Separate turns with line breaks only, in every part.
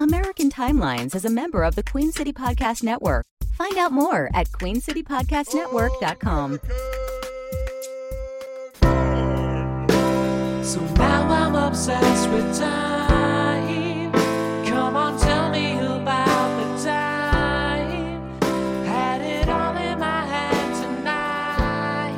American Timelines is a member of the Queen City Podcast Network. Find out more at queencitypodcastnetwork.com.
So now I'm obsessed with time. Come on, tell me about the time. Had it all in my head tonight.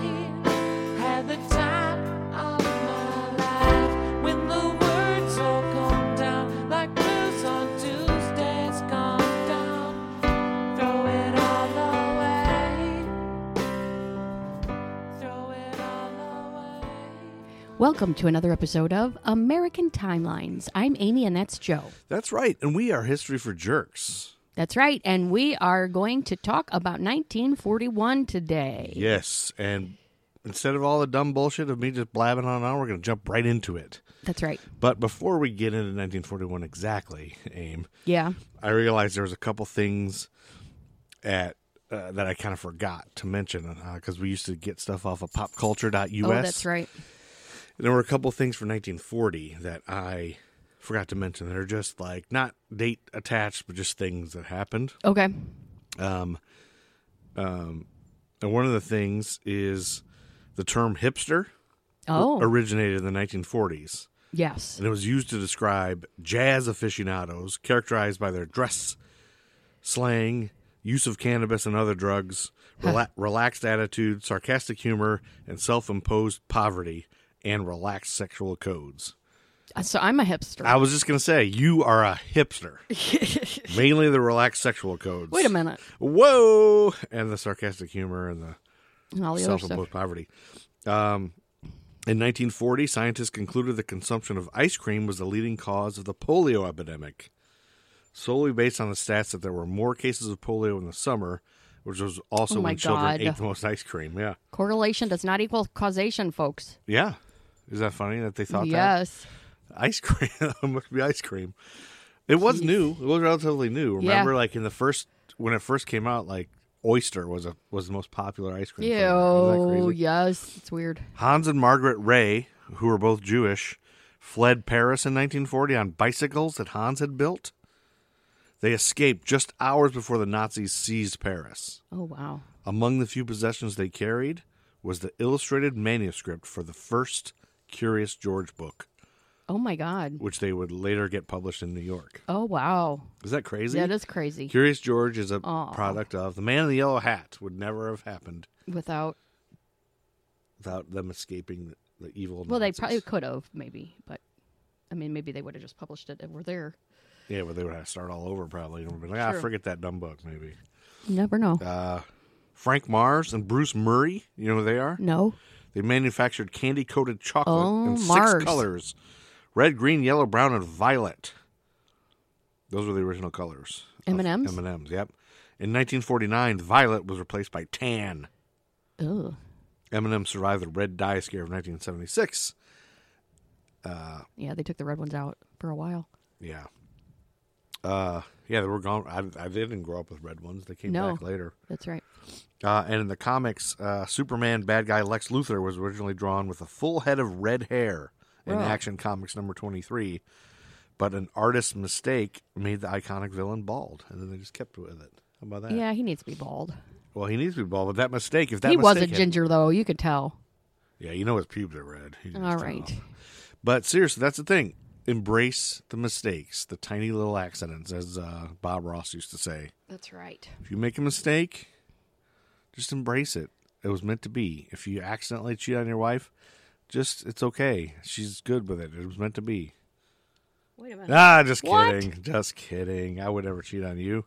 Had the time of my life. When the words all come down, like blues on Tuesdays come down. Throw it all away. Throw it all away.
Welcome to another episode of American Timelines. I'm Amy and that's Joe.
That's right. And we are History for Jerks.
That's right, and we are going to talk about 1941 today.
Yes. And instead of all the dumb bullshit of me just blabbing on and on, we're going to jump right into it.
That's right.
But before we get into 1941 exactly, Aim,
Yeah.
I realized there was a couple things at uh, that I kind of forgot to mention because we used to get stuff off of popculture.us.
Oh, that's right.
There were a couple things for 1940 that I forgot to mention. They're just like not date attached, but just things that happened.
Okay.
Um, um, and one of the things is the term hipster
Oh,
originated in the 1940s,
yes.
and it was used to describe jazz aficionados characterized by their dress, slang, use of cannabis and other drugs, rela- relaxed attitude, sarcastic humor, and self-imposed poverty and relaxed sexual codes.
Uh, So I'm a hipster.
I was just gonna say you are a hipster, mainly the relaxed sexual codes.
Wait a minute.
Whoa, and the sarcastic humor and the
And All the other stuff.
self-imposed poverty. Um, in 1940, scientists concluded the consumption of ice cream was the leading cause of the polio epidemic, solely based on the stats that there were more cases of polio in the summer, which was also
Oh my
when children
God.
ate the most ice cream. Yeah,
Correlation does not equal causation, folks.
yeah. Is that funny that they thought that
yes.
ice cream must be ice cream? It was new. It was relatively new.
Yeah.
Remember, like in the first when it first came out, like oyster was a was the most popular ice cream.
Ew.
flavor. Isn't that crazy?
Yes. It's weird.
Hans and Margaret Ray, who were both Jewish, fled Paris in 1940 on bicycles that Hans had built. They escaped just hours before the Nazis seized Paris.
Oh, wow.
Among the few possessions they carried was the illustrated manuscript for the first Curious George book,
Oh, my God.
which they would later get published in New York.
Oh, wow.
Is that crazy?
Yeah, it is crazy.
Curious George is a
Aw.
product of the man in the yellow hat would never have happened
Without,
without them escaping the, the evil.
well, they
Nazis.
probably could have, maybe, but I mean, maybe they would have just published it and were there.
Yeah, but they would have to start all over probably. And we'd be like, ah,
True.
forget that dumb book, maybe.
You never know.
Uh, Frank Mars and Bruce Murray, you know who they are?
no.
They manufactured candy coated chocolate
Mm. Oh,
in six
Mars.
colors red, green, yellow, brown, and violet. Those were the original colors. of
M&Ms?
M&Ms, yep. In 1949, violet was replaced by tan.
Ugh.
M&M survived the red dye scare of 1976.
Yeah, they took the red ones out for a while.
Yeah. Uh, yeah, they were gone. I, I didn't grow up with red ones. They came
No.
back later.
That's right.
Uh, and in the comics, uh, Superman bad guy Lex Luthor was originally drawn with a full head of red hair in
Wow.
Action Comics number 23, but an artist's mistake made the iconic villain bald, and then they just kept with it. How about that?
Yeah, he needs to be bald.
Well, he needs to be bald, but that mistake, if that
he was a
mistake had-
ginger, though. You could tell.
yeah, you know his pubes are red. You can just
All
tell.
right.
But seriously, that's the thing. Embrace the mistakes, the tiny little accidents, as uh, Bob Ross used to say.
That's right.
If you make a mistake, just embrace it. It was meant to be. If you accidentally cheat on your wife, just it's okay. She's good with it. It was meant to be.
Wait a minute.
Ah, just
What?
kidding. Just kidding. I would never cheat on you.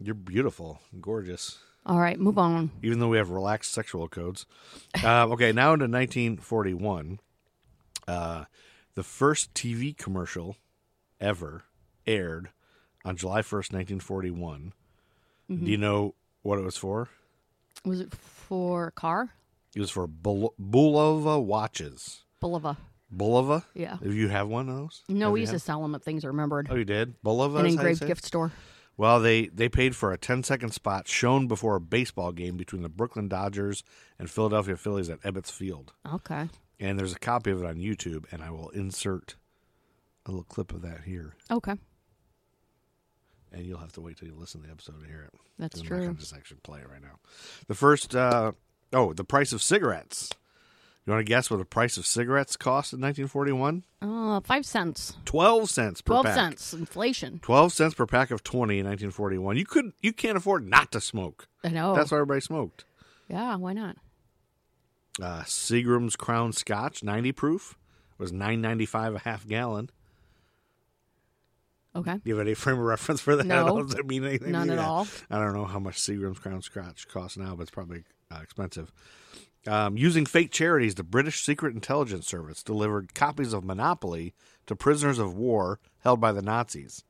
You're beautiful, and gorgeous.
All right, move on.
Even though we have relaxed sexual codes. Uh, okay, now into 1941. Uh, the first TV commercial ever aired on July 1st, 1941.
Mm-hmm.
Do you know what it was for?
Was it for a car?
It was for Bul- Bulova watches.
Bulova.
Bulova?
Yeah.
Do you have one of those?
No,
Have
we
you
used to
had-
sell them at things remembered.
Oh, you did? Bulova?
An
is how you
engraved
say it?
gift store.
Well, they, they paid for a 10 second spot shown before a baseball game between the Brooklyn Dodgers and Philadelphia Phillies at Ebbets Field.
Okay.
And there's a copy of it on YouTube, and I will insert a little clip of that here.
Okay.
and you'll have to wait till you listen to the episode to hear it.
That's
I'm not gonna
true.
just actually play it right now. The first, uh, oh, the price of cigarettes. You want to guess what the price of cigarettes cost in 1941?
Oh, five cents.
12 cents per
12
pack.
cents. Inflation.
12 cents per pack of 20 in 1941. You could you can't afford not to smoke.
I know.
That's why everybody smoked.
yeah, why not?
Uh, Seagram's Crown Scotch 90 proof was 9.95 a half gallon.
Okay.
Do you have any frame of reference for that? I
No.
don't know if that mean anything. to
None
you.
at all.
I don't know how much Seagram's Crown Scotch costs now, but it's probably uh, expensive. Um, using fake charities, the British Secret Intelligence Service delivered copies of Monopoly to prisoners of war held by the Nazis.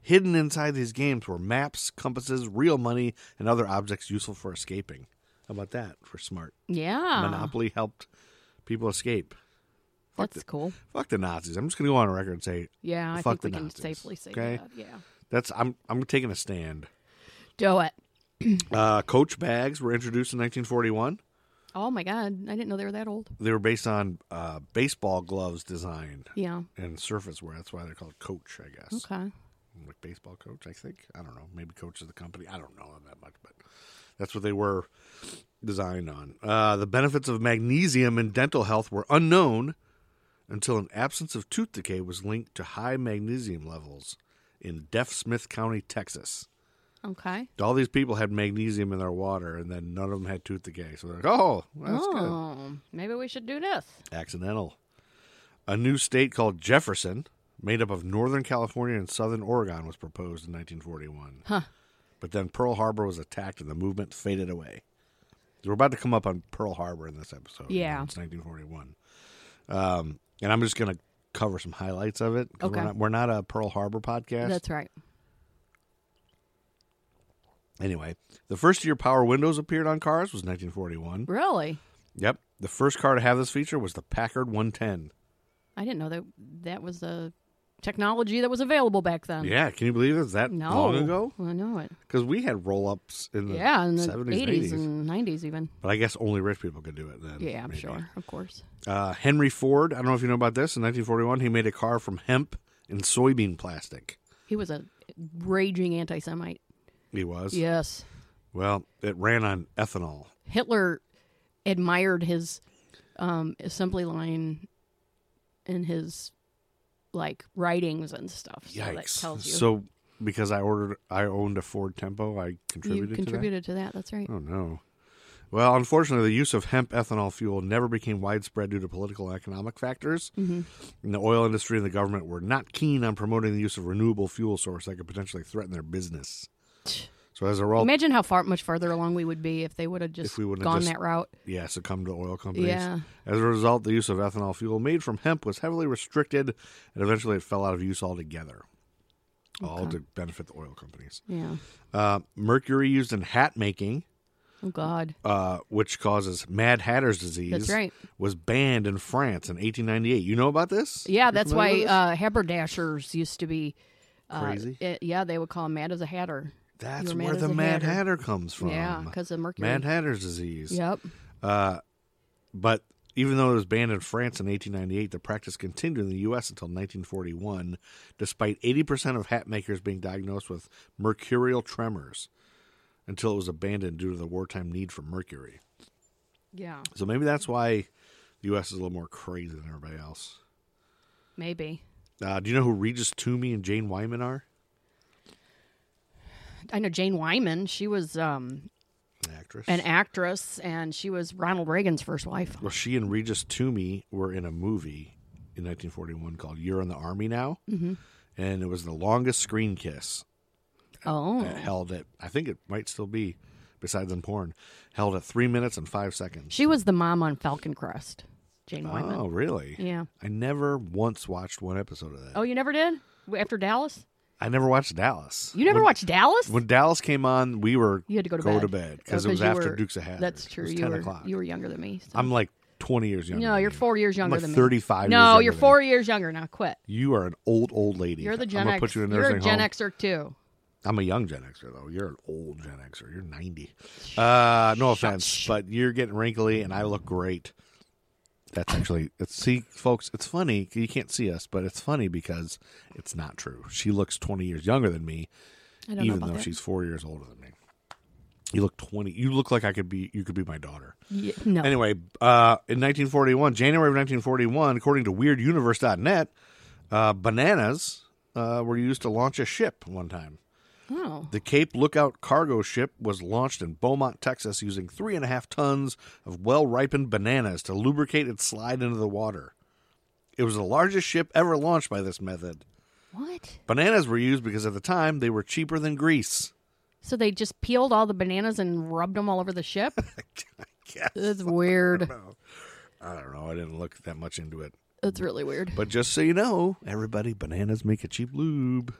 Hidden inside these games were maps, compasses, real money, and other objects useful for escaping. How about that for smart?
Yeah.
Monopoly helped people escape.
That's cool.
Fuck the Nazis. I'm just going to go on record and say
Yeah, I
Fuck
think we
the
can
Nazis,
safely say
okay?
that. Yeah.
that's I'm I'm taking a stand.
Do it.
Uh, Coach bags were introduced in 1941.
Oh my God. I didn't know they were that old.
They were based on uh, baseball gloves design
Yeah.
and surface wear. That's why they're called Coach, I guess.
Okay.
Like baseball coach, I think. I don't know. Maybe Coach is the company. I don't know them that much, but that's what they were designed on. Uh, the benefits of magnesium in dental health were unknown until an absence of tooth decay was linked to high magnesium levels in Deaf Smith County, Texas.
Okay.
All these people had magnesium in their water, and then none of them had tooth decay. So they're like, "Oh, well, that's good."
oh, maybe we should do this.
Accidental. A new state called Jefferson, made up of Northern California and Southern Oregon, was proposed in 1941.
Huh.
But then Pearl Harbor was attacked, and the movement faded away. We're about to come up on Pearl Harbor in this episode.
Yeah.
it's 1941. Um, and I'm just going to cover some highlights of it. 'cause
Okay.
We're not, we're not a Pearl Harbor podcast.
That's right.
Anyway, the first year power windows appeared on cars was 1941.
Really?
Yep. The first car to have this feature was the Packard 110.
I didn't know that that was the technology that was available back then.
yeah, can you believe it's that
Oh. No.
long ago?
I know it.
Because we had roll ups in the
Yeah, in the
70s,
80s,
80s.
and 90s even.
But I guess only rich people could do it then.
Yeah, I'm
maybe.
sure. Of course.
Uh, Henry Ford, I don't know if you know about this, in 1941, he made a car from hemp and soybean plastic.
He was a raging anti Semite.
He was.
Yes.
Well, it ran on ethanol.
Hitler admired his um, assembly line and his like writings and stuff. So that
Yikes.
tells you.
So because I ordered, I owned a Ford Tempo, I
you
contributed to that.
contributed to that. That's right.
Oh no. Well, unfortunately, the use of hemp ethanol fuel never became widespread due to political and economic factors.
Mm-hmm.
And the oil industry and the government were not keen on promoting the use of renewable fuel source that could potentially threaten their business. So as a result,
Imagine how far much farther along we would be if they would have just
we wouldn't have
gone
just-
that route.
yeah, succumbed to oil companies.
Yeah.
As a result, the use of ethanol fuel made from hemp was heavily restricted, and eventually it fell out of use altogether, all to benefit the oil companies.
Yeah.
Uh, mercury used in hat making
Oh God.
uh, which causes Mad Hatter's disease.
That's right.
Was banned in France in 1898. You know about this?
Yeah,
You
that's
familiar
why
with
uh, haberdashers used to be uh,
Crazy.
it- yeah, they would call him mad as a hatter.
this? that's
you're mad
where
as
the
a
Mad
hatter.
Hatter comes from.
yeah, because of mercury.
Mad Hatter's disease.
Yep.
But even though it was banned in France in 1898, the practice continued in the U.S. until 1941, despite 80% of hat makers being diagnosed with mercurial tremors until it was abandoned due to the wartime need for mercury.
Yeah.
So maybe that's why the U.S. is a little more crazy than everybody else.
Maybe.
Uh, do you know who Regis Toomey and Jane Wyman are?
I know Jane Wyman. She was um,
An actress.
an actress, and she was Ronald Reagan's first wife.
well, she and Regis Toomey were in a movie in 1941 called "You're in the Army Now," mm-hmm. and it was the longest screen kiss
Oh,
that held at I think it might still be, besides in porn, held at three minutes and five seconds.
she was the mom on Falcon Crest. Jane Wyman.
oh, really?
Yeah.
I never once watched one episode of that.
Oh, you never did after Dallas.
I never watched Dallas.
You never
When-
watched Dallas.
When Dallas came on, we were
you had to go to bed.
because
Oh,
it was
you
after
were-
Dukes of Hazzard.
That's true. you
Ten
were
o'clock.
you were younger than me. so-
I'm like 20 years younger.
no,
than
you're
you.
four years
I'm
younger
like
than me.
35 years
No,
younger
you're
than
four years younger. Now quit.
You are an old, old lady.
You're the
I'm
Gen
gonna
X.
put you in a
you're
nursing
a Gen
home.
Xer too.
I'm a young Gen Xer though. You're an old Gen Xer. You're 90. Uh, no offense, but you're getting wrinkly, and I look great. That's actually it's see, folks. It's funny you can't see us, but it's funny because it's not true. She looks 20 years younger than me,
I don't know
even
about
though
that.
she's four years older than me. You look twenty. You look like I could be. You could be my daughter.
Yeah, no.
Anyway, uh, in 1941, January of 1941, according to WeirdUniverse.net, uh, bananas uh, were used to launch a ship one time.
oh,
The Cape Lookout cargo ship was launched in Beaumont, Texas, using three and a half tons of well ripened bananas to lubricate its slide into the water. It was the largest ship ever launched by this method.
what?
Bananas were used because at the time they were cheaper than grease.
So they just peeled all the bananas and rubbed them all over the ship?
I guess.
That's weird.
I don't know. I didn't look that much into it.
That's really weird.
But just so you know, everybody, bananas make a cheap lube.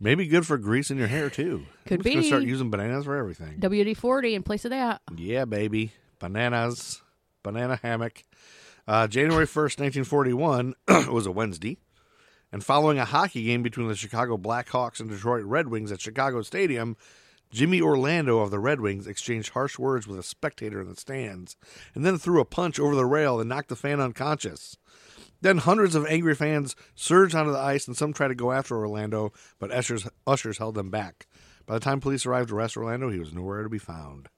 Maybe good for grease in your hair too.
Could
We're just gonna start
be.
using bananas for everything.
WD 40 in place of that.
Yeah, baby. Bananas. Banana hammock. Uh, January 1st, 1941 was a Wednesday. And following a hockey game between the Chicago Blackhawks and Detroit Red Wings at Chicago Stadium, Jimmy Orlando of the Red Wings exchanged harsh words with a spectator in the stands and then threw a punch over the rail and knocked the fan unconscious. Then hundreds of angry fans surged onto the ice and some tried to go after Orlando, but ushers, ushers held them back. By the time police arrived to arrest Orlando, he was nowhere to be found.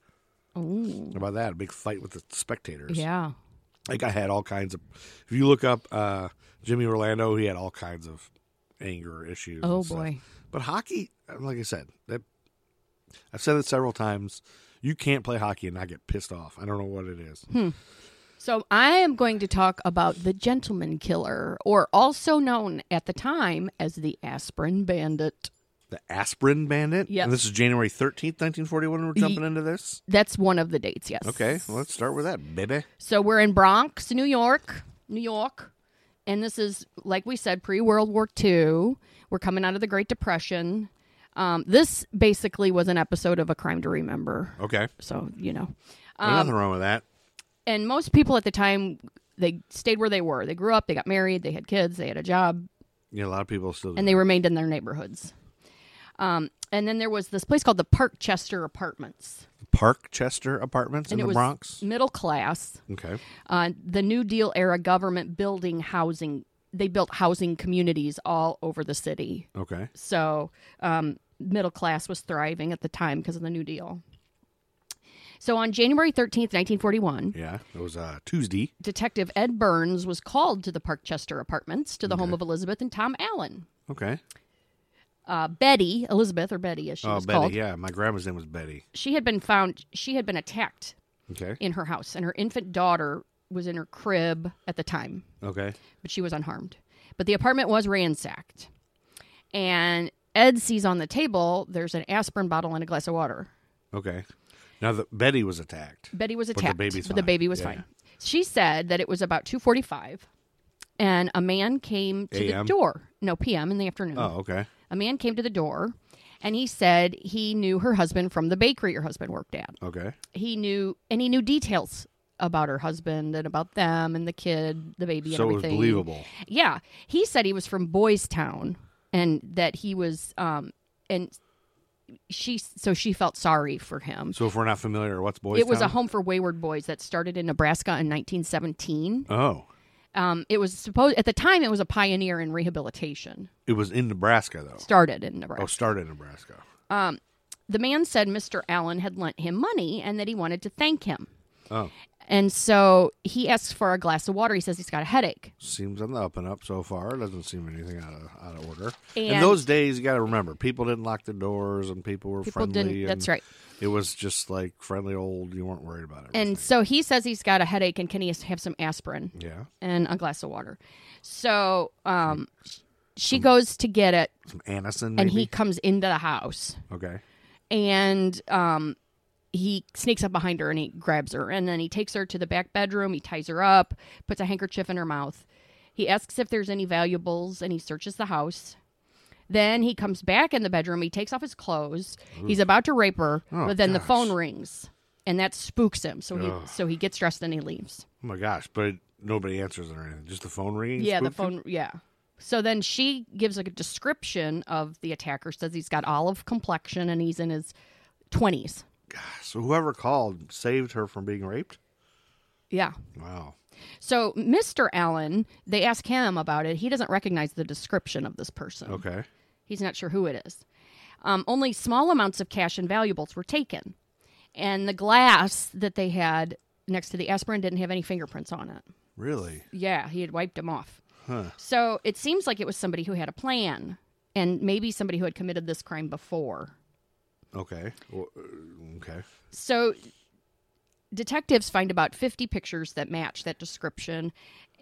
Ooh.
How about that? A big fight with the spectators.
Yeah.
Like I had all kinds of. If you look up uh, Jimmy Orlando, he had all kinds of anger issues. and
Oh,
stuff.
boy.
But hockey, uh, like I said, that I've said it several times. You can't play hockey and not get pissed off. I don't know what it is.
Hmm. So I am going to talk about the gentleman killer, or also known at the time as the aspirin bandit.
The aspirin bandit.
Yep.
And this is January thirteenth, nineteen forty-one. We're jumping into this.
That's one of the dates, yes.
Okay, well, let's start with that, baby.
So we're in Bronx, New York, New York. And this is, like we said, pre World War II. We're coming out of the Great Depression. Um, this basically was an episode of A Crime to Remember.
Okay,
So, you know. Um,
nothing wrong with that.
and most people at the time they stayed where they were. They grew up, they got married, they had kids, they had a job,
Yeah, a lot of people still. do
and they remained in their neighborhoods. Um, and then there was this place called the Parkchester Apartments,
that. Parkchester Apartments in
and
the
it was
Bronx.
middle class.
Okay,
Uh, the New Deal era government building housing. They built housing communities all over the city.
okay.
So um, middle class was thriving at the time because of the New Deal. So on January 13th, 1941,
Yeah, it was uh, Tuesday.
Detective Ed Burns was called to the Parkchester Apartments to the home of Elizabeth and Tom Allen.
Okay.
Uh, Betty, Elizabeth or Betty as she
Oh,
was
Betty.
called,
Yeah, my grandma's name was Betty.
she had been found. She had been attacked
Okay.
in her house, and her infant daughter was in her crib at the time,
Okay.
but she was unharmed. But the apartment was ransacked, and Ed sees on the table there's an aspirin bottle and a glass of water.
Okay. Now the Betty was attacked.
Betty was
the
attacked,
baby's
the
fine.
baby was
Yeah.
fine. She said that it was about two forty-five, and a man came to the
AM?
door. No, p.m. in the afternoon.
Oh, okay.
A man came to the door and he said he knew her husband from the bakery her husband worked at.
Okay.
He knew and he knew details about her husband and about them and the kid, the baby,
so
and
it was
everything.
believable.
Yeah. He said he was from Boys Town and that he was um and she so she felt sorry for him.
So if we're not familiar, what's Boys?
it was a
Town?
home for wayward boys that started in Nebraska in 1917.
Oh,
Um, it was supposed at the time it was a pioneer in rehabilitation.
it was in Nebraska though.
Started in Nebraska.
Oh, started in Nebraska.
The man said Mr. Allen had lent him money and that he wanted to thank him.
Oh,
And so he asks for a glass of water. He says he's got a headache.
seems on the up and up so far. Doesn't seem anything out of out of order. in
And-
those days, you got to remember, people didn't lock their doors and people were
People
friendly.
didn't.
and
That's right.
It was just like friendly old. You weren't worried about it.
And so he says he's got a headache and can he have some aspirin
yeah,
and a glass of water? So um, she goes to get it
some Anison. Hmm. Maybe?
and he comes into the house
Okay.
and um, he sneaks up behind her and he grabs her and then he takes her to the back bedroom. He ties her up, puts a handkerchief in her mouth. He asks if there's any valuables and he searches the house. Then he comes back in the bedroom. He takes off his clothes. He's about to rape her,
Oh,
but then the
gosh.
phone rings, and that spooks him. So he so he gets dressed and he leaves.
Oh my gosh! But nobody answers or anything. Just the phone ringing.
yeah, the
spooked you?
phone. Yeah. So then she gives a description of the attacker. Says he's got olive complexion and he's in his twenties.
So whoever called saved her from being raped.
Yeah.
Wow.
So Mr. Allen, they ask him about it. He doesn't recognize the description of this person.
Okay.
He's not sure who it is. Um, only small amounts of cash and valuables were taken. And the glass that they had next to the aspirin didn't have any fingerprints on it.
Really?
Yeah, he had wiped them off.
Huh.
So it seems like it was somebody who had a plan and maybe somebody who had committed this crime before.
Okay. Well, uh, Okay.
So detectives find about 50 pictures that match that description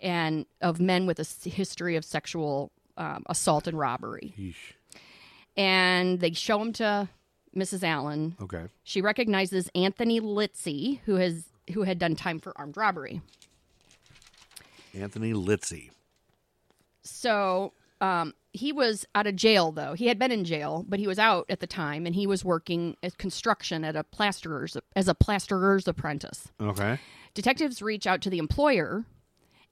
and of men with a s- history of sexual um, assault and robbery.
Yeesh.
And they show them to Mrs. Allen.
Okay.
She recognizes Anthony Litzy, who has who had done time for armed robbery.
Anthony Litzy.
So um, he was out of jail, though. He had been in jail, but he was out at the time, and he was working at construction at a plasterer's as a plasterer's apprentice.
Okay.
Detectives reach out to the employer,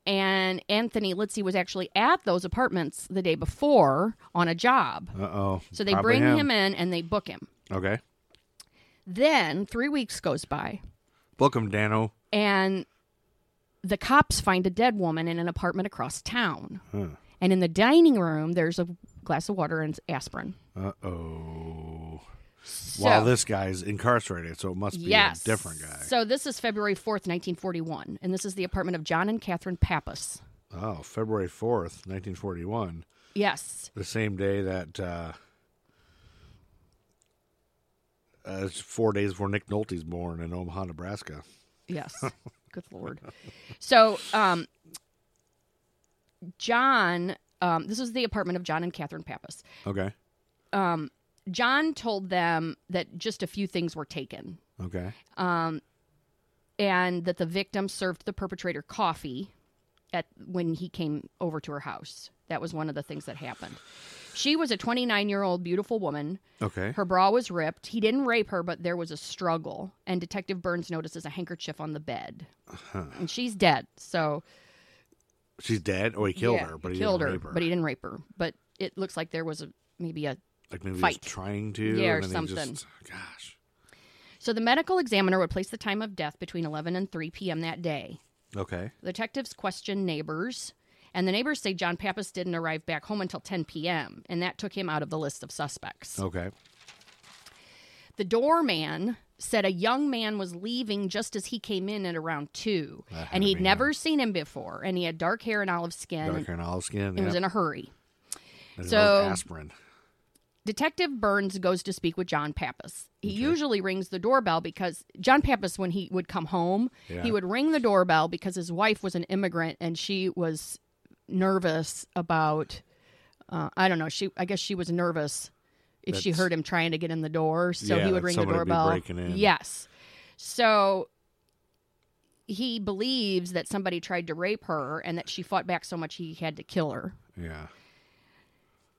and Anthony Litzy was actually at those apartments the day before on a job.
Uh oh.
So they bring him. in and they book him.
Okay.
Then three weeks goes by,
Book him, Dano.
and the cops find a dead woman in an apartment across town.
Huh.
And in the dining room, there's a glass of water and aspirin.
Uh oh.
So,
While this guy's incarcerated, so it must be
yes,
a different guy.
So this is February fourth, nineteen forty-one, and this is the apartment of John and Catherine Pappas.
Oh, February 4th, 1941.
Yes,
The same day that. Uh, uh, it's four days before Nick Nolte's born in Omaha, Nebraska.
yes. Good lord. So, um, John, um, this is the apartment of John and Catherine Pappas.
Okay.
John told them that just a few things were taken,
Okay.
and that the victim served the perpetrator coffee at when he came over to her house. That was one of the things that happened. She was a 29-year-old beautiful woman.
Okay.
Her bra was ripped. He didn't rape her, but there was a struggle, and Detective Burns notices a handkerchief on the bed. And she's dead. So
She's dead. Oh, he killed
Yeah,
her, but he,
killed
didn't
her,
rape her.
but he didn't rape her. But it looks like there was a maybe a
like maybe
fight.
he was trying to.
Yeah,
and
or
then he
something.
Just, gosh.
So the medical examiner would place the time of death between 11 and 3 p.m. that day.
Okay.
The detectives question neighbors, and the neighbors say John Pappas didn't arrive back home until 10 p.m., and that took him out of the list of suspects.
Okay.
The doorman said a young man was leaving just as he came in at around 2,
That
and
had
he'd
me
never seen him before, and he had dark hair and olive skin,
Dark
and
hair and olive skin.
he
yeah.
was in a hurry.
And it
so-
was aspirin.
Detective Burns goes to speak with John Pappas. He usually rings the doorbell because John Pappas, when he would come home,
Yeah.
he would ring the doorbell because his wife was an immigrant and she was nervous about. Uh, I don't know. She, I guess, she was nervous if she
That's-
heard him trying to get in the door, so
Yeah,
he would
that
ring the
somebody would be
doorbell.
breaking in.
Yes, so he believes that somebody tried to rape her and that she fought back so much he had to kill her.
Yeah.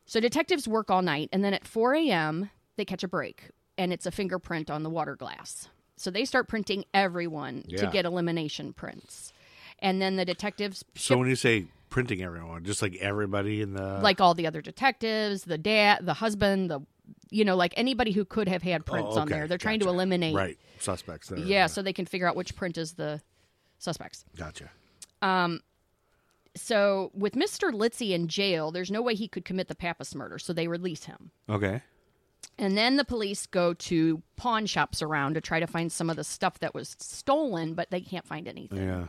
So detectives work all night, and then at 4 a.m., they catch a break, and it's a fingerprint on the water glass. So they start printing everyone to
Yeah.
get elimination prints. And then the detectives,
So uh, when you say printing everyone, just like everybody in the
like all the other detectives, the dad, the husband, the, you know, like anybody who could have had
Oh,
prints on
okay,
there, they're trying to
gotcha.
eliminate.
right suspects. That are-
Yeah, so they can figure out which print is the suspects.
Gotcha.
So with Mr. Litzy in jail, there's no way he could commit the Pappas murder, so they release him.
Okay.
And then the police go to pawn shops around to try to find some of the stuff that was stolen, but they can't find anything.
Yeah.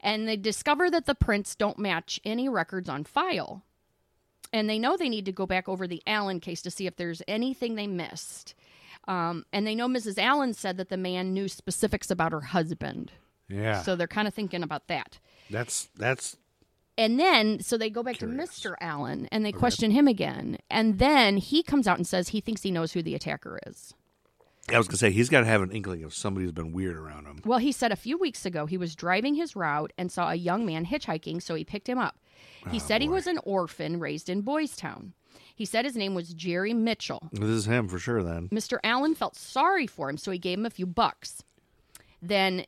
And they discover that the prints don't match any records on file. And they know they need to go back over the Allen case to see if there's anything they missed. Um, and they know Mrs. Allen said that the man knew specifics about her husband.
Yeah.
So they're kind of thinking about that.
that's that's
And then, so they go back
Curious.
to Mr. Allen and they question him again. And then he comes out and says he thinks he knows who the attacker is.
I was gonna say he's gotta have an inkling of somebody's been weird around him.
Well, he said a few weeks ago he was driving his route and saw a young man hitchhiking, so he picked him up. He said he was an orphan raised in Boys Town. He said his name was Jerry Mitchell.
This is him for sure then.
Mr. Allen felt sorry for him, so he gave him a few bucks. Then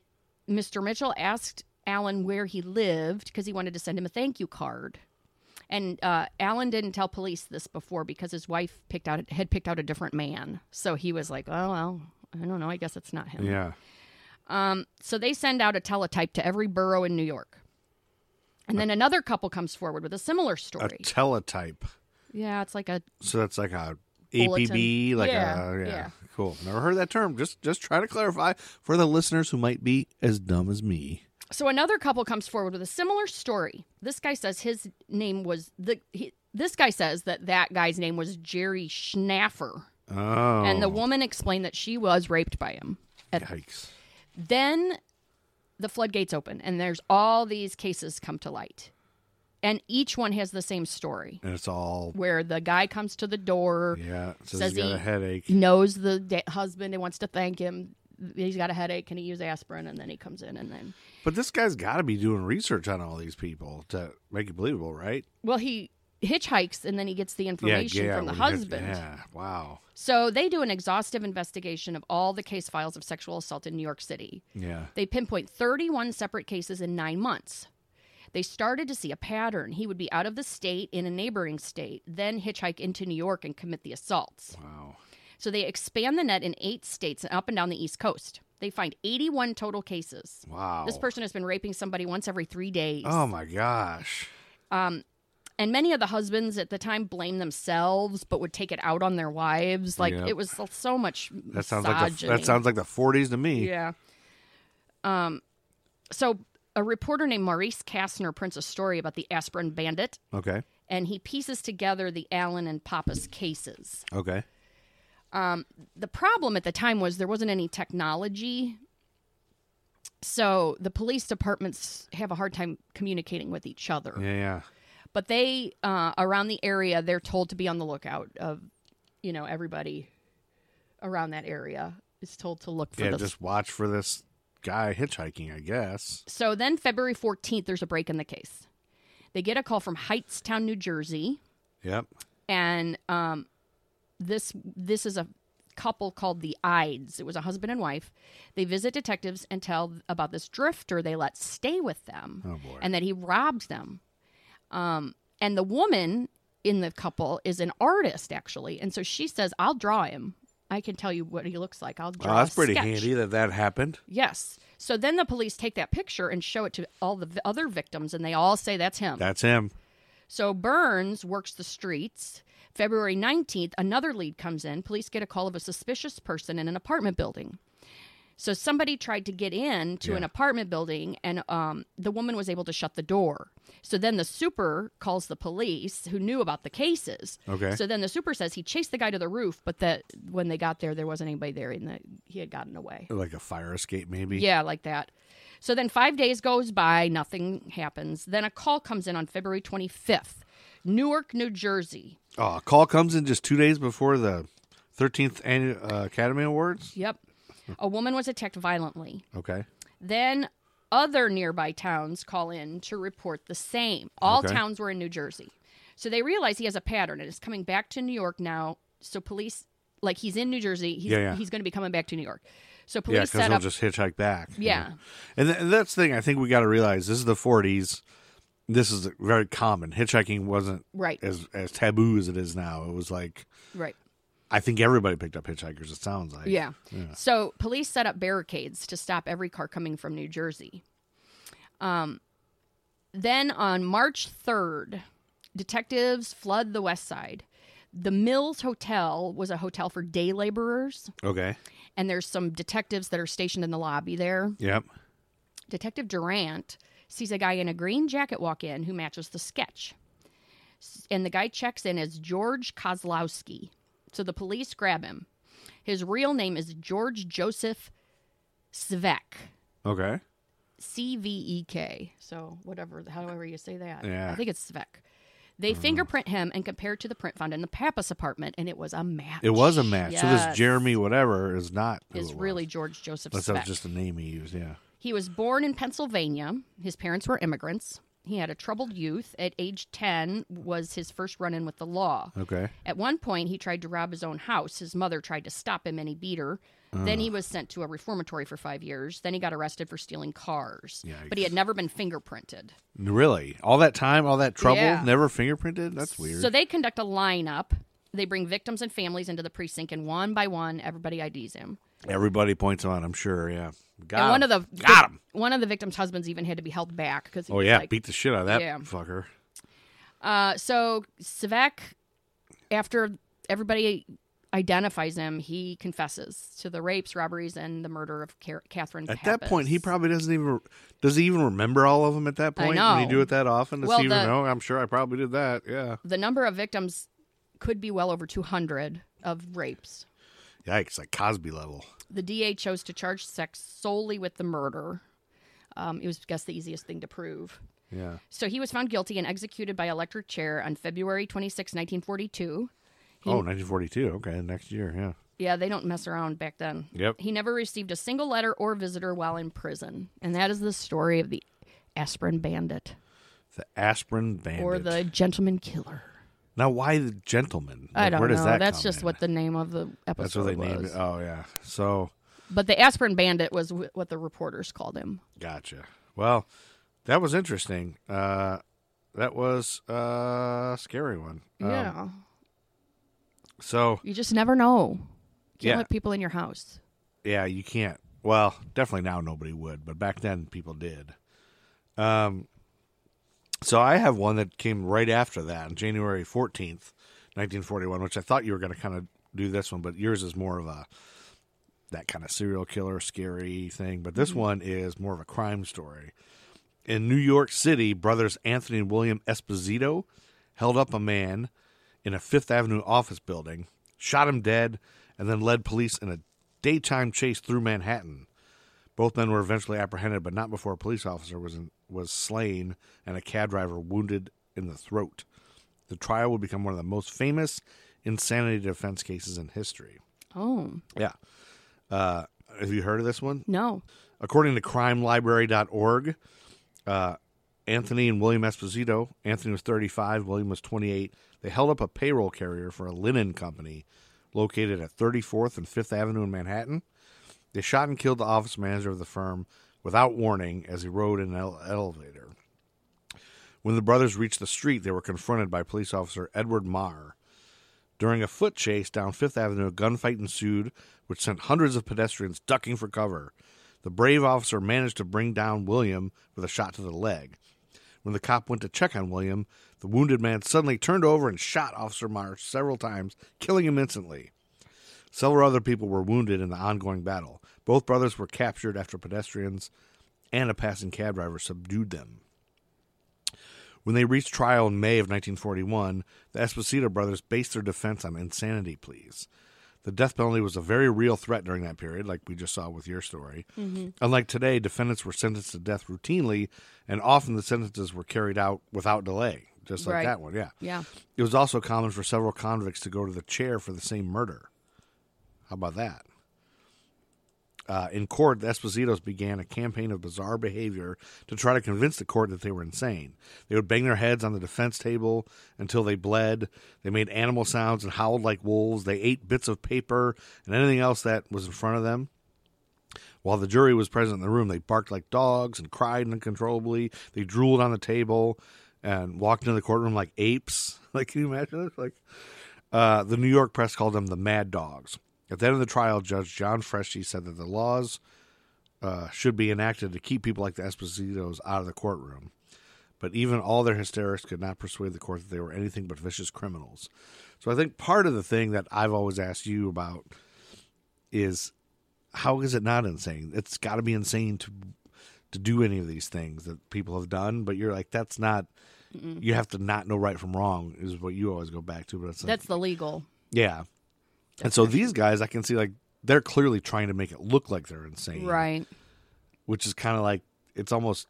Mr. Mitchell asked Allen where he lived because he wanted to send him a thank you card. And uh, Allen didn't tell police this before because his wife picked out had picked out a different man. So he was like, "Oh well, I don't know. I guess it's not him."
Yeah.
So they send out a teletype to every borough in New York. And then another couple comes forward with a similar
A
story.
teletype.
yeah, it's like a
So that's like a
bulletin.
APB, like
Yeah,
a, yeah,
yeah.
cool. Never heard that term. Just just try to clarify for the listeners who might be as dumb as me.
So another couple comes forward with a similar story. This guy says his name was the. He, this guy says that that guy's name was Jerry Schnaffer,
Oh,
and the woman explained that she was raped by him. At,
yikes!
then the floodgates open, and there's all these cases come to light, and each one has the same story
And it's all
where the guy comes to the door,
yeah. it Says,
Says
he's got
he-
a headache.
knows the da- husband, and wants to thank him. He's got a headache, and he uses aspirin, and then he comes in, and then
But this guy's got to be doing research on all these people to make it believable, right?
Well, he hitchhikes and then he gets the information from the
when you get-
husband.
Yeah, wow.
So they do an exhaustive investigation of all the case files of sexual assault in New York City.
Yeah.
They pinpoint 31 separate cases in nine months. They started to see a pattern. He would be out of the state in a neighboring state, then hitchhike into New York and commit the assaults.
Wow.
So they expand the net in eight states and up and down the East Coast. They find 81 total cases.
Wow.
This person has been raping somebody once every three days.
Oh my gosh.
and many of the husbands at the time blamed themselves but would take it out on their wives like
Yep.
it was so much
That sounds like the, that sounds like the 40s to me.
yeah um so a reporter named maurice kastner prints a story about the aspirin bandit
Okay.
and he pieces together the allen and pappas cases
Okay.
the problem at the time was there wasn't any technology so the police departments have a hard time communicating with each other
Yeah, yeah.
but they uh, around the area they're told to be on the lookout of you know everybody around that area is told to look for
yeah,
this
just watch for this guy hitchhiking, I guess.
so then february 14th there's a break in the case they get a call from heightstown new jersey
Yep.
and um, this this is a couple called the ides it was a husband and wife they visit detectives and tell about this drifter they let stay with them
Oh, boy.
and that he robbed them um, and the woman in the couple is an artist actually and so she says i'll draw him i can tell you what he looks like i'll draw
Well, Oh, that's
a
pretty
sketch."
handy that that happened.
yes so then the police take that picture and show it to all the v- other victims and they all say that's him
That's him.
so Burns works the streets. February 19th, another lead comes in. Police get a call of a suspicious person in an apartment building. So somebody tried to get in to an apartment building, and um, the woman was able to shut the door. So then the super calls the police, who knew about the cases.
Okay.
So then the super says he chased the guy to the roof, but that when they got there, there wasn't anybody there, and that he had gotten away.
Like a fire escape, maybe.
Yeah, like that. So then five days goes by, nothing happens. Then a call comes in on February 25th, Newark, New Jersey.
Oh, a call comes in just two days before the 13th annual uh, Academy Awards.
Yep. A woman was attacked violently.
Okay.
Then other nearby towns call in to report the same. All
Okay.
towns were in New Jersey. So they realize he has a pattern and is coming back to New York now. So police, like he's in New Jersey, he's,
Yeah, yeah.
he's going to be coming back to New York. So
Yeah,
police
because
set
he'll
up.
just hitchhike back. you
Yeah.
know. And, th- and that's the thing I think we got to realize. This is the 40s. This is very common. Hitchhiking wasn't
right,
as as taboo as it is now. It was like
right.
I think everybody picked up hitchhikers. It sounds like
Yeah. So police set up barricades to stop every car coming from New Jersey. Um, then on March 3rd, detectives flood the West Side. The Mills Hotel was a hotel for day laborers,
Okay.
and there's some detectives that are stationed in the lobby there.
Yep.
Detective Durant sees a guy in a green jacket walk in who matches the sketch. S- And the guy checks in as George Kozlowski. So the police grab him. His real name is George Joseph Svek.
Okay.
C V E K. So whatever, however you say that.
Yeah. Mm-hmm.
I think it's Svek. They fingerprint him and compare it to the print found in the Pappas apartment, and it was a match.
It was a match. So
Yes.
this Jeremy whatever is not who
is
it was.
really George Joseph
That's
Svek.
just the name he used. Yeah.
He was born in Pennsylvania. His parents were immigrants. He had a troubled youth. At age 10 was his first run-in with the law.
Okay.
At one point, he tried to rob his own house. His mother tried to stop him and he beat her. Then he was sent to a reformatory for 5 years. Then he got arrested for stealing cars. But he had never been fingerprinted.
Really? All that time, all that trouble,
Yeah.
never fingerprinted? That's weird.
So they conduct a lineup. They bring victims and families into the precinct and one by one everybody IDs him.
Everybody points him out, I'm sure. Yeah. Got
and one
him.
of the
got him.
one of the victims' husbands even had to be held back because
Oh yeah,
like,
beat the shit out of that
Yeah.
fucker.
Uh, so Svek, after everybody identifies him, he confesses to the rapes, robberies, and the murder of Car- Catherine.
At that point, he
Pappas.
probably doesn't even does he even remember all of them at that
I
point. When you
know.
do it that often, does
Well,
he even
the-
know? I'm sure I probably did that. Yeah.
the number of victims could be well over 200 of rapes.
Yikes! Like Cosby level.
The DA chose to charge sex solely with the murder. Um, it was, I guess, the easiest thing to prove.
Yeah.
So he was found guilty and executed by electric chair on February 26, 1942. He-
oh, 1942. Okay, next year. Yeah.
Yeah, they don't mess around back then.
Yep.
He never received a single letter or visitor while in prison. And that is the story of the aspirin bandit
The aspirin bandit.
or the gentleman killer.
now, why the gentleman?
I
Like,
don't
where
know.
Does that
That's
come
just
in?
what the name of the episode
That's what they
was.
named it. Oh yeah. So
But the aspirin bandit was wh- what the reporters called him.
gotcha. Well, that was interesting. Uh, that was a scary one. Um,
Yeah.
so
You just never know. You can't
Yeah.
let people in your house.
yeah, you can't. Well, definitely now nobody would, but back then people did. Um, so I have one that came right after that on January fourteenth, nineteen forty-one, which I thought you were going to kind of do this one, but yours is more of a that kind of serial killer scary thing. But this one is more of a crime story. In New York City, brothers Anthony and William Esposito held up a man in a Fifth Avenue office building, shot him dead, and then led police in a daytime chase through Manhattan. Both men were eventually apprehended, but not before a police officer was in, was slain and a cab driver wounded in the throat. The trial would become one of the most famous insanity defense cases in history.
Oh,
Yeah. Uh, have you heard of this one?
no.
According to crimelibrary.org, uh, Anthony and William Esposito, Anthony was 35, William was 28, they held up a payroll carrier for a linen company located at 34th and 5th Avenue in Manhattan. They shot and killed the office manager of the firm without warning as he rode in an ele- elevator. When the brothers reached the street, they were confronted by police officer Edward Marr. During a foot chase down Fifth Avenue, a gunfight ensued, which sent hundreds of pedestrians ducking for cover. The brave officer managed to bring down William with a shot to the leg. When the cop went to check on William, the wounded man suddenly turned over and shot Officer Marsh several times, killing him instantly. Several other people were wounded in the ongoing battle. Both brothers were captured after pedestrians and a passing cab driver subdued them. When they reached trial in May of 1941, the Esposito brothers based their defense on insanity pleas. The death penalty was a very real threat during that period, like we just saw with your story. Unlike today, defendants were sentenced to death routinely, and often the sentences were carried out without delay, just like
Right.
that one. Yeah.
Yeah.
It was also common for several convicts to go to the chair for the same murder. How about that? Uh, in court, the Espositos began a campaign of bizarre behavior to try to convince the court that they were insane. They would bang their heads on the defense table until they bled. They made animal sounds and howled like wolves. They ate bits of paper and anything else that was in front of them. While the jury was present in the room, they barked like dogs and cried uncontrollably. They drooled on the table and walked into the courtroom like apes. Like, can you imagine this? Like, uh, the New York press called them the Mad Dogs. At the end of the trial, Judge John Fresci said that the laws uh, should be enacted to keep people like the Espositos out of the courtroom. But even all their hysterics could not persuade the court that they were anything but vicious criminals. So I think part of the thing that I've always asked you about is how is it not insane? It's got to be insane to to do any of these things that people have done. But you're like, that's not. You have to not know right from wrong is what you always go back to. But it's like,
That's the legal.
yeah. And so these guys, I can see like they're clearly trying to make it look like they're insane,
Right.
Which is kind of like it's almost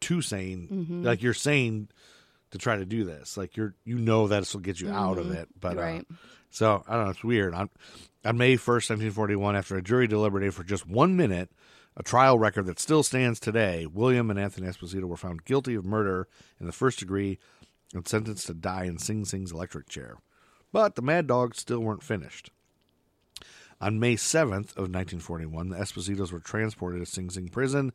too sane. Like you're sane to try to do this. Like you're you know that this will get you out of it, but
Right.
uh, so I don't know. It's weird. On on May first, nineteen forty one, after a jury deliberated for just one minute, a trial record that still stands today, William and Anthony Esposito were found guilty of murder in the first degree and sentenced to die in Sing Sing's electric chair. But the Mad Dogs still weren't finished. On May 7th of 1941, the Espositos were transported to Sing Sing prison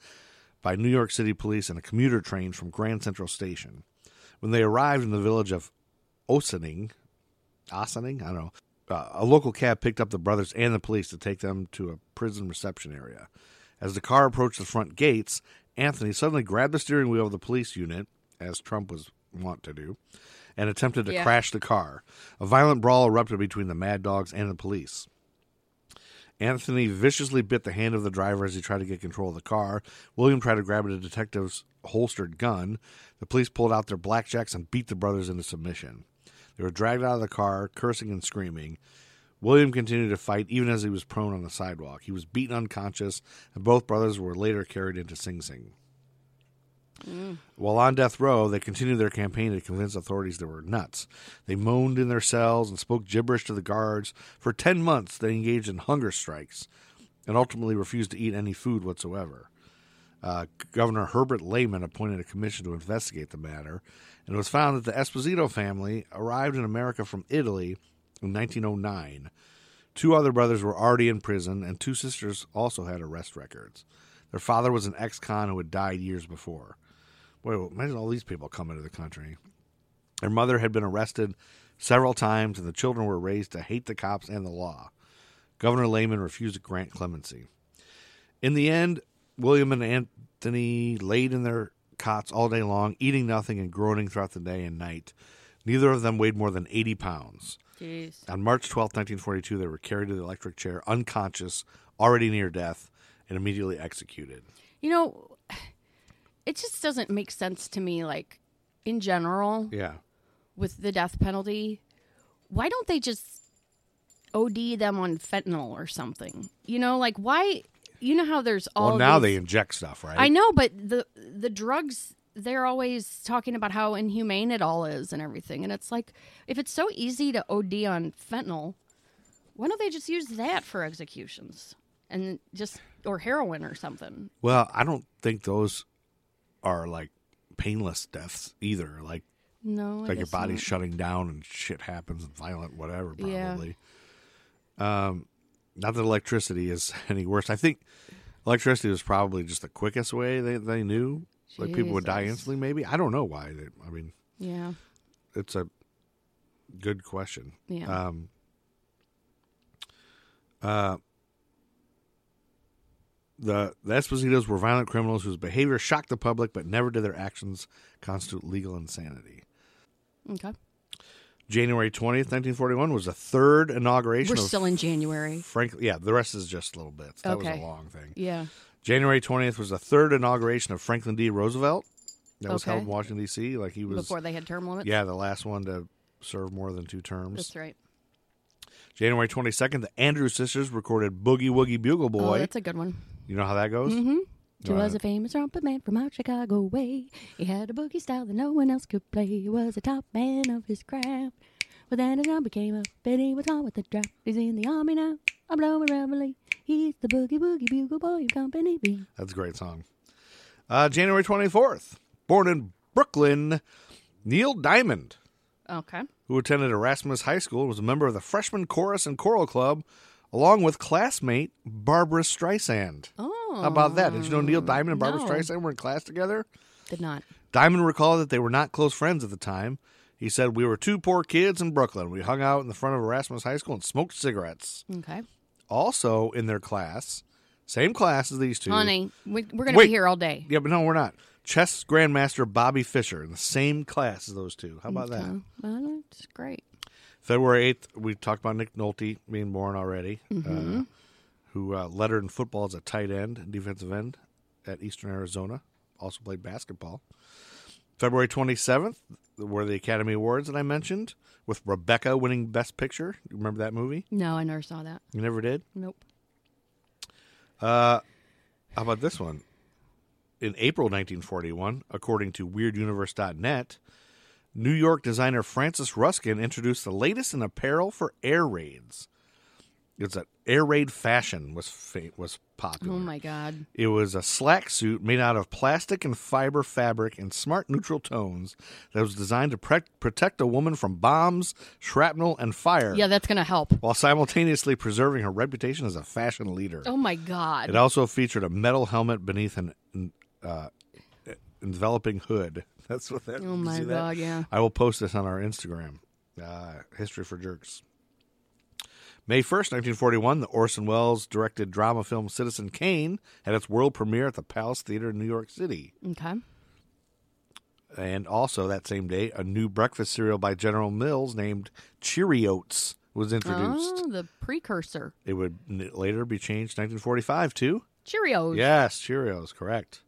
by New York City police in a commuter train from Grand Central Station. When they arrived in the village of Ossining, Ossining, I don't know, uh, a local cab picked up the brothers and the police to take them to a prison reception area. As the car approached the front gates, Anthony suddenly grabbed the steering wheel of the police unit, as Trump was wont to do, and attempted to
Yeah.
crash the car. A violent brawl erupted between the Mad Dogs and the police. Anthony viciously bit the hand of the driver as he tried to get control of the car. William tried to grab at a detective's holstered gun. The police pulled out their blackjacks and beat the brothers into submission. They were dragged out of the car, cursing and screaming. William continued to fight even as he was prone on the sidewalk. He was beaten unconscious, and both brothers were later carried into Sing Sing. While on death row, they continued their campaign to convince authorities they were nuts. They moaned in their cells and spoke gibberish to the guards. For 10 months, they engaged in hunger strikes and ultimately refused to eat any food whatsoever. Uh, Governor Herbert Lehman appointed a commission to investigate the matter, and it was found that the Esposito family arrived in America from Italy in 1909. Two other brothers were already in prison, and two sisters also had arrest records. Their father was an ex con who had died years before. Wait, wait, imagine all these people coming to the country. Their mother had been arrested several times, and the children were raised to hate the cops and the law. Governor Lehman refused to grant clemency. In the end, William and Anthony laid in their cots all day long, eating nothing and groaning throughout the day and night. Neither of them weighed more than 80 pounds.
Jeez.
On March twelfth, 1942, they were carried to the electric chair, unconscious, already near death, and immediately executed.
You know, it just doesn't make sense to me, like, in general,
Yeah.
with the death penalty. Why don't they just OD them on fentanyl or something? You know, like, why? You know how there's all.
well, now
these-
they inject stuff, right?
I know, but the the drugs they're always talking about how inhumane it all is and everything. And it's like if it's so easy to OD on fentanyl, why don't they just use that for executions and just or heroin or something?
Well, I don't think those are like painless deaths either. Like
No, I
like your
guess
body's
not.
shutting down and shit happens and violent whatever probably.
Yeah.
Um not that electricity is any worse. I think electricity was probably just the quickest way they, they knew. Like people would die
Jesus.
instantly maybe. I don't know why they I mean
Yeah,
it's a good question.
yeah.
Um, uh, the, the Espositos were violent criminals whose behavior shocked the public, but never did their actions constitute legal insanity.
okay,
January 20th, 1941 was the third inauguration
we're
of
still in January.
Frank. Yeah, the rest is just little bits. That was
Okay.
a long thing.
Yeah,
January 20th was the third inauguration of Franklin D. Roosevelt. That was
Okay.
held in Washington, D.C. Like he was,
before they had term limits.
yeah, the last one to serve more than two terms.
that's right.
January 22nd, the Andrews sisters recorded Boogie Woogie Bugle
Oh,
Boy.
that's Mm-hmm. a good one.
you know how that goes?
He was a famous trumpet man from out Chicago way. He had a boogie style that no one else could play. He was a top man of his craft. Well, then his number came up, and he was on with the draft. He's in the army now. I'm blowing reveille. He's the boogie boogie bugle boy of Company B.
That's a great song. Uh, January 24th, born in Brooklyn, Neil Diamond,
Okay.
who attended Erasmus High School, and was a member of the Freshman Chorus and Choral Club, along with classmate Barbara Streisand.
Oh.
How about that? Did you know Neil Diamond and Barbara
no.
Streisand were in class together?
Did not.
Diamond recalled that they were not close friends at the time. He said, We were two poor kids in Brooklyn. We hung out in the front of Erasmus High School and smoked cigarettes.
Okay.
also in their class, same class as these two.
Honey, we, we're going to
Wait.
be here all day.
Yeah, but no, we're not. Chess Grandmaster Bobby Fischer in the same class as those two. How about that?
Well, that's great.
February 8th, we talked about Nick Nolte being born already, uh, who uh, lettered in football as a tight end and defensive end at Eastern Arizona, also played basketball. February 27th were the Academy Awards that I mentioned, with Rebecca winning Best Picture. You remember that movie?
No, I never saw that.
You never did?
Nope.
Uh, how about this one? In April 1941, according to WeirdUniverse.net, New York designer Francis Ruskin introduced the latest in apparel for air raids. It's that air raid fashion was fa- was popular.
Oh, my God.
It was a slack suit made out of plastic and fiber fabric in smart neutral tones that was designed to pre- protect a woman from bombs, shrapnel, and fire,
Yeah, that's going to help.
while simultaneously preserving her reputation as a fashion leader.
Oh, my God.
It also featured a metal helmet beneath an uh, enveloping hood. That's what that.
Oh my
see that?
God, yeah.
I will post this on our Instagram, uh, History for Jerks. May 1st, 1941, the Orson Welles directed drama film Citizen Kane had its world premiere at the Palace Theater in New York City.
Okay.
And also that same day, a new breakfast cereal by General Mills named Cheery Oats was introduced.
Oh, the precursor.
It would n- later be changed 1945 to
Cheerios.
Yes, Cheerios, correct.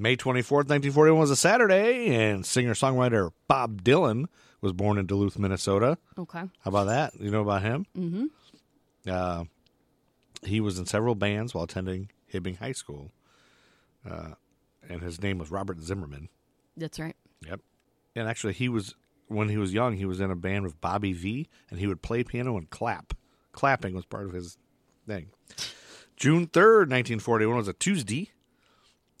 May 24th, 1941 was a Saturday, and singer songwriter Bob Dylan was born in Duluth, Minnesota.
Okay.
How about that? You know about him? Mm-hmm. Uh, he was in several bands while attending Hibbing High School, uh, and his name was Robert Zimmerman.
That's right.
Yep. And actually, he was when he was young, he was in a band with Bobby V, and he would play piano and clap. Clapping was part of his thing. June third, nineteen forty-one was a Tuesday,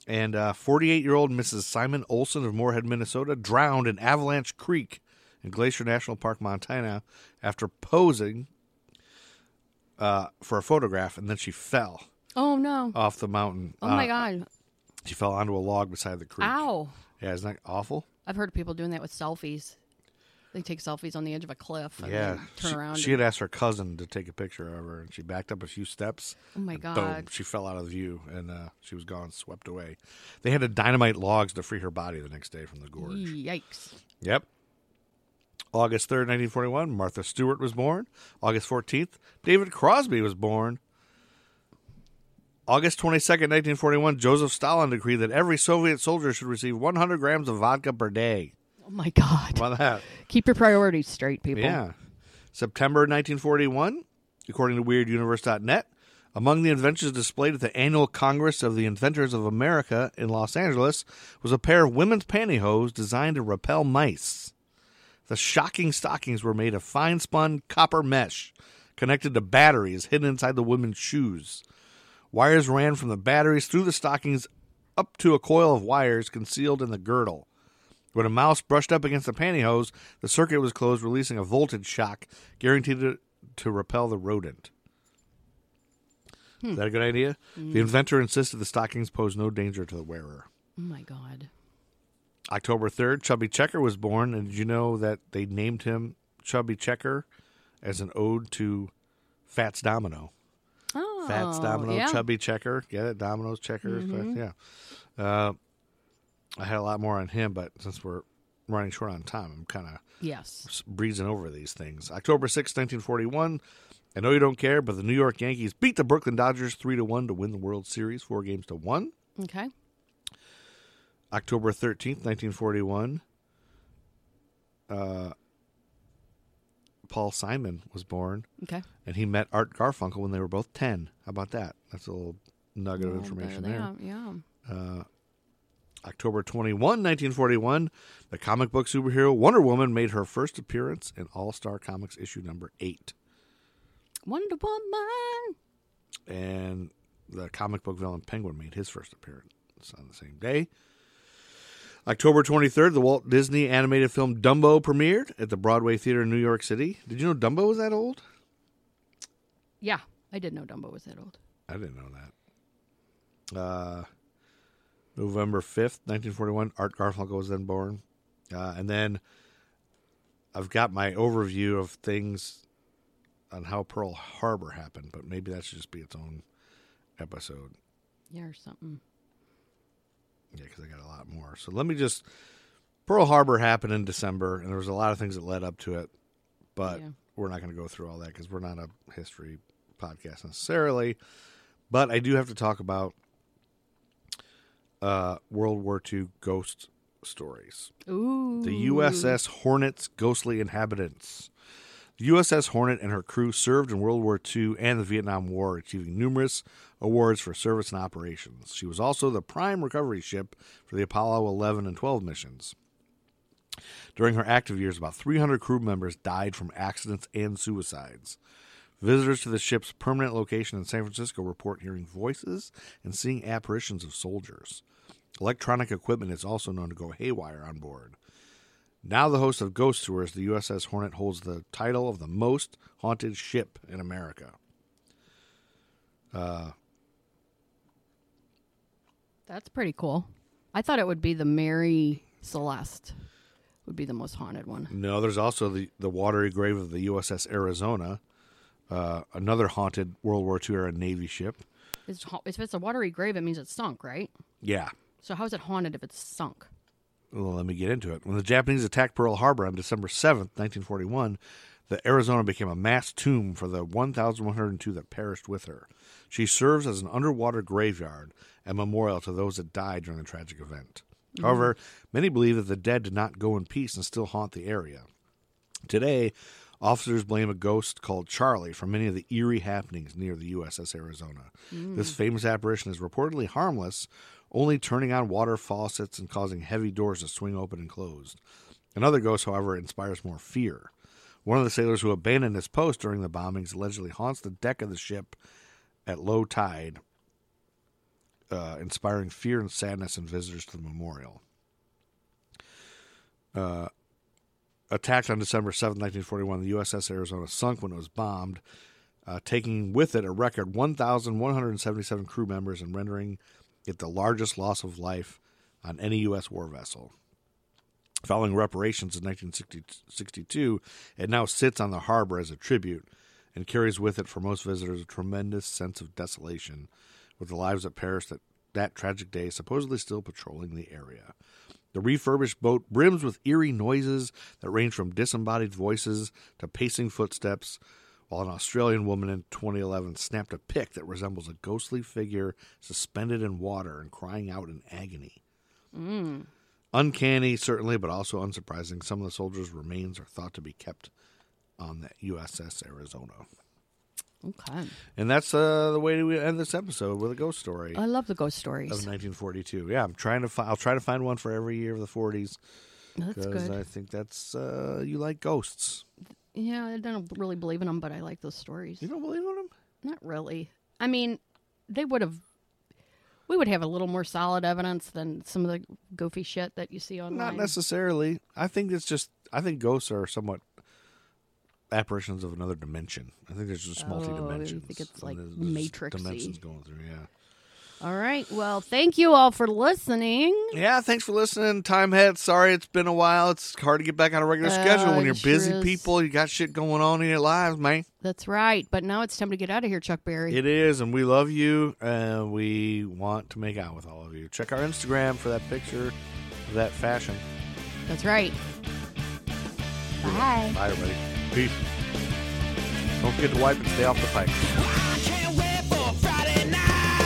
and uh, forty-eight-year-old Mrs. Simon Olson of Moorhead, Minnesota, drowned in Avalanche Creek in Glacier National Park, Montana, after posing uh, for a photograph, and then she fell
Oh no.
off the mountain.
Oh
Uh,
my god.
She fell onto a log beside the creek.
Ow.
Yeah, isn't that awful?
I've heard of people doing that with selfies. They take selfies on the edge of a cliff and
Yeah,
then turn
she,
around.
she
and-
had asked her cousin to take a picture of her, and she backed up a few steps.
oh my
and
god.
Boom! She fell out of view, and uh, she was gone, swept away. They had to dynamite logs to free her body the next day from the gorge.
Yikes.
Yep. August third, nineteen forty-one, Martha Stewart was born. August fourteenth, David Crosby was born. August twenty-second, nineteen forty-one, Joseph Stalin decreed that every Soviet soldier should receive one hundred grams of vodka per day.
Oh my god.
Why that?
Keep your priorities straight, people.
Yeah. September 1941, according to WeirdUniverse.net, among the inventions displayed at the annual Congress of the Inventors of America in Los Angeles was a pair of women's pantyhose designed to repel mice. The shocking stockings were made of fine spun copper mesh connected to batteries hidden inside the women's shoes. Wires ran from the batteries through the stockings up to a coil of wires concealed in the girdle. When a mouse brushed up against the pantyhose, the circuit was closed, releasing a voltage shock guaranteed to, to repel the rodent. Is that a good idea?
Mm.
The inventor insisted the stockings pose no danger to the wearer.
Oh my god.
October 3rd, Chubby Checker was born, and did you know that they named him Chubby Checker as an ode to Fats Domino?
Oh.
Fats Domino,
yeah. Mm-hmm.
Chubby Checker. Get it? Domino's Checker. Yeah. Uh, I had a lot more on him, but since we're running short on time, I'm kind of
Yes.
breezing over these things. October sixth, 1941. I know you don't care, but the New York Yankees beat the Brooklyn Dodgers 3 to 1 to win the World Series, 4 games to 1.
Okay.
October 13th, 1941. Uh Paul Simon was born,
Okay.
and he met Art Garfunkel when they were both 10. How about that? That's a little nugget of information
Well,
there.
Yeah. yeah.
October 21, 1941, the comic book superhero Wonder Woman made her first appearance in All Star Comics issue number 8.
Wonder Woman.
and the comic book villain Penguin made his first appearance on the same day. October 23rd, the Walt Disney animated film Dumbo premiered at the Broadway Theater in New York City. Did you know Dumbo was that old?
Yeah. I did know Dumbo was that old.
I didn't know that. Uh, November 5th, 1941, Art Garfunkel was then born. Uh, and then I've got my overview of things on how Pearl Harbor happened, but maybe that should just be its own episode.
Yeah, or something.
Yeah, because I got a lot more. So let me just. Pearl Harbor happened in December, and there was a lot of things that led up to it, but
Yeah.
we're not going to go through all that because we're not a history podcast necessarily. But I do have to talk about uh, World War II ghost stories.
Ooh.
The USS Hornet's ghostly inhabitants. The USS Hornet and her crew served in World War II and the Vietnam War, achieving numerous awards for service and operations. She was also the prime recovery ship for the Apollo 11 and 12 missions. During her active years, about 300 crew members died from accidents and suicides. Visitors to the ship's permanent location in San Francisco report hearing voices and seeing apparitions of soldiers. Electronic equipment is also known to go haywire on board. Now the host of Ghost Tours, the USS Hornet holds the title of the most haunted ship in America.
That's pretty cool. I thought it would be the Mary Celeste would be the most haunted one.
No, there's also the, the watery grave of the USS Arizona, uh, another haunted World War II era Navy ship.
It's, ha- if it's a watery grave, it means it's sunk, right?
Yeah,
So how is it haunted if it's sunk?
Well, let me get into it. When the Japanese attacked Pearl Harbor on December 7th, 1941, the Arizona became a mass tomb for the 1,102 that perished with her. She serves as an underwater graveyard and memorial to those that died during the tragic event. However, many believe that the dead did not go in peace and still haunt the area. Today, officers blame a ghost called Charlie for many of the eerie happenings near the USS Arizona. This famous apparition is reportedly harmless, only turning on water faucets and causing heavy doors to swing open and closed. Another ghost, however, inspires more fear. One of the sailors who abandoned his post during the bombings allegedly haunts the deck of the ship at low tide, uh, inspiring fear and sadness in visitors to the memorial. attacked on December 7, 1941, the USS Arizona sunk when it was bombed, uh, taking with it a record 1,177 crew members and rendering it the largest loss of life on any U.S. war vessel. Following reparations in 1962, it now sits on the harbor as a tribute and carries with it for most visitors a tremendous sense of desolation with the lives that perished that, that tragic day supposedly still patrolling the area. The refurbished boat brims with eerie noises that range from disembodied voices to pacing footsteps, while an Australian woman in 2011 snapped a pic that resembles a ghostly figure suspended in water and crying out in agony. Uncanny, certainly, but also unsurprising, some of the soldiers' remains are thought to be kept on the USS Arizona.
Okay.
And that's uh, the way we end this episode with a ghost story.
I love the ghost
Of
stories.
1942. Yeah, I'm trying to. Fi- I'll try to find one for every year of the 40s
That's
because
good.
I think that's uh, you like ghosts.
yeah, I don't really believe in them, but I like those stories.
You don't believe in them?
Not really. I mean, they would have. We would have a little more solid evidence than some of the goofy shit that you see online.
Not necessarily. I think it's just. I think ghosts are somewhat apparitions of another dimension. I think there's just
Oh,
multi dimensions.
you think it's, like, matrixy.
dimensions going through. Yeah.
All right. Well, thank you all for listening.
Yeah. Thanks for listening, Timehead. Sorry it's been a while. It's hard to get back on a regular
Uh,
schedule when
it
you're
sure
busy
is.
people. You got shit going on in your lives, man.
That's right. But now it's time to get out of here, Chuck Berry.
It is, and we love you, and we want to make out with all of you. Check our Instagram for that picture of that fashion.
That's right. Bye.
Bye, everybody. Peace. Don't forget to wipe and stay off the pipe.
I can't wait for Friday night,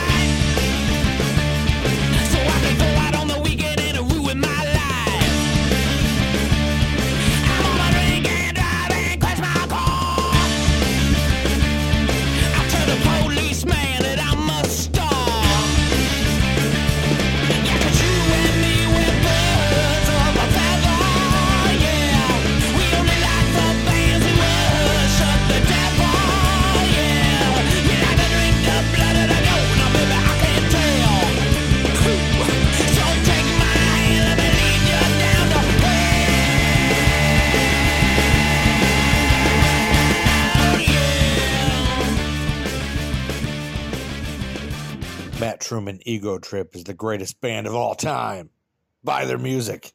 so I can go out on the weekend and ruin my life. I wanna drink and drive and crash my car. I tell the policeman that I'm a star. Yeah, 'cause you and me were birds of a feather. Yeah, we only like the bands and worship the devil. Yeah, we like to drink the blood of the goat. Now, baby, I can't tell. So take my hand, let me lead you down the
Matt Truman Ego Trip is the greatest band of all time. Buy their music.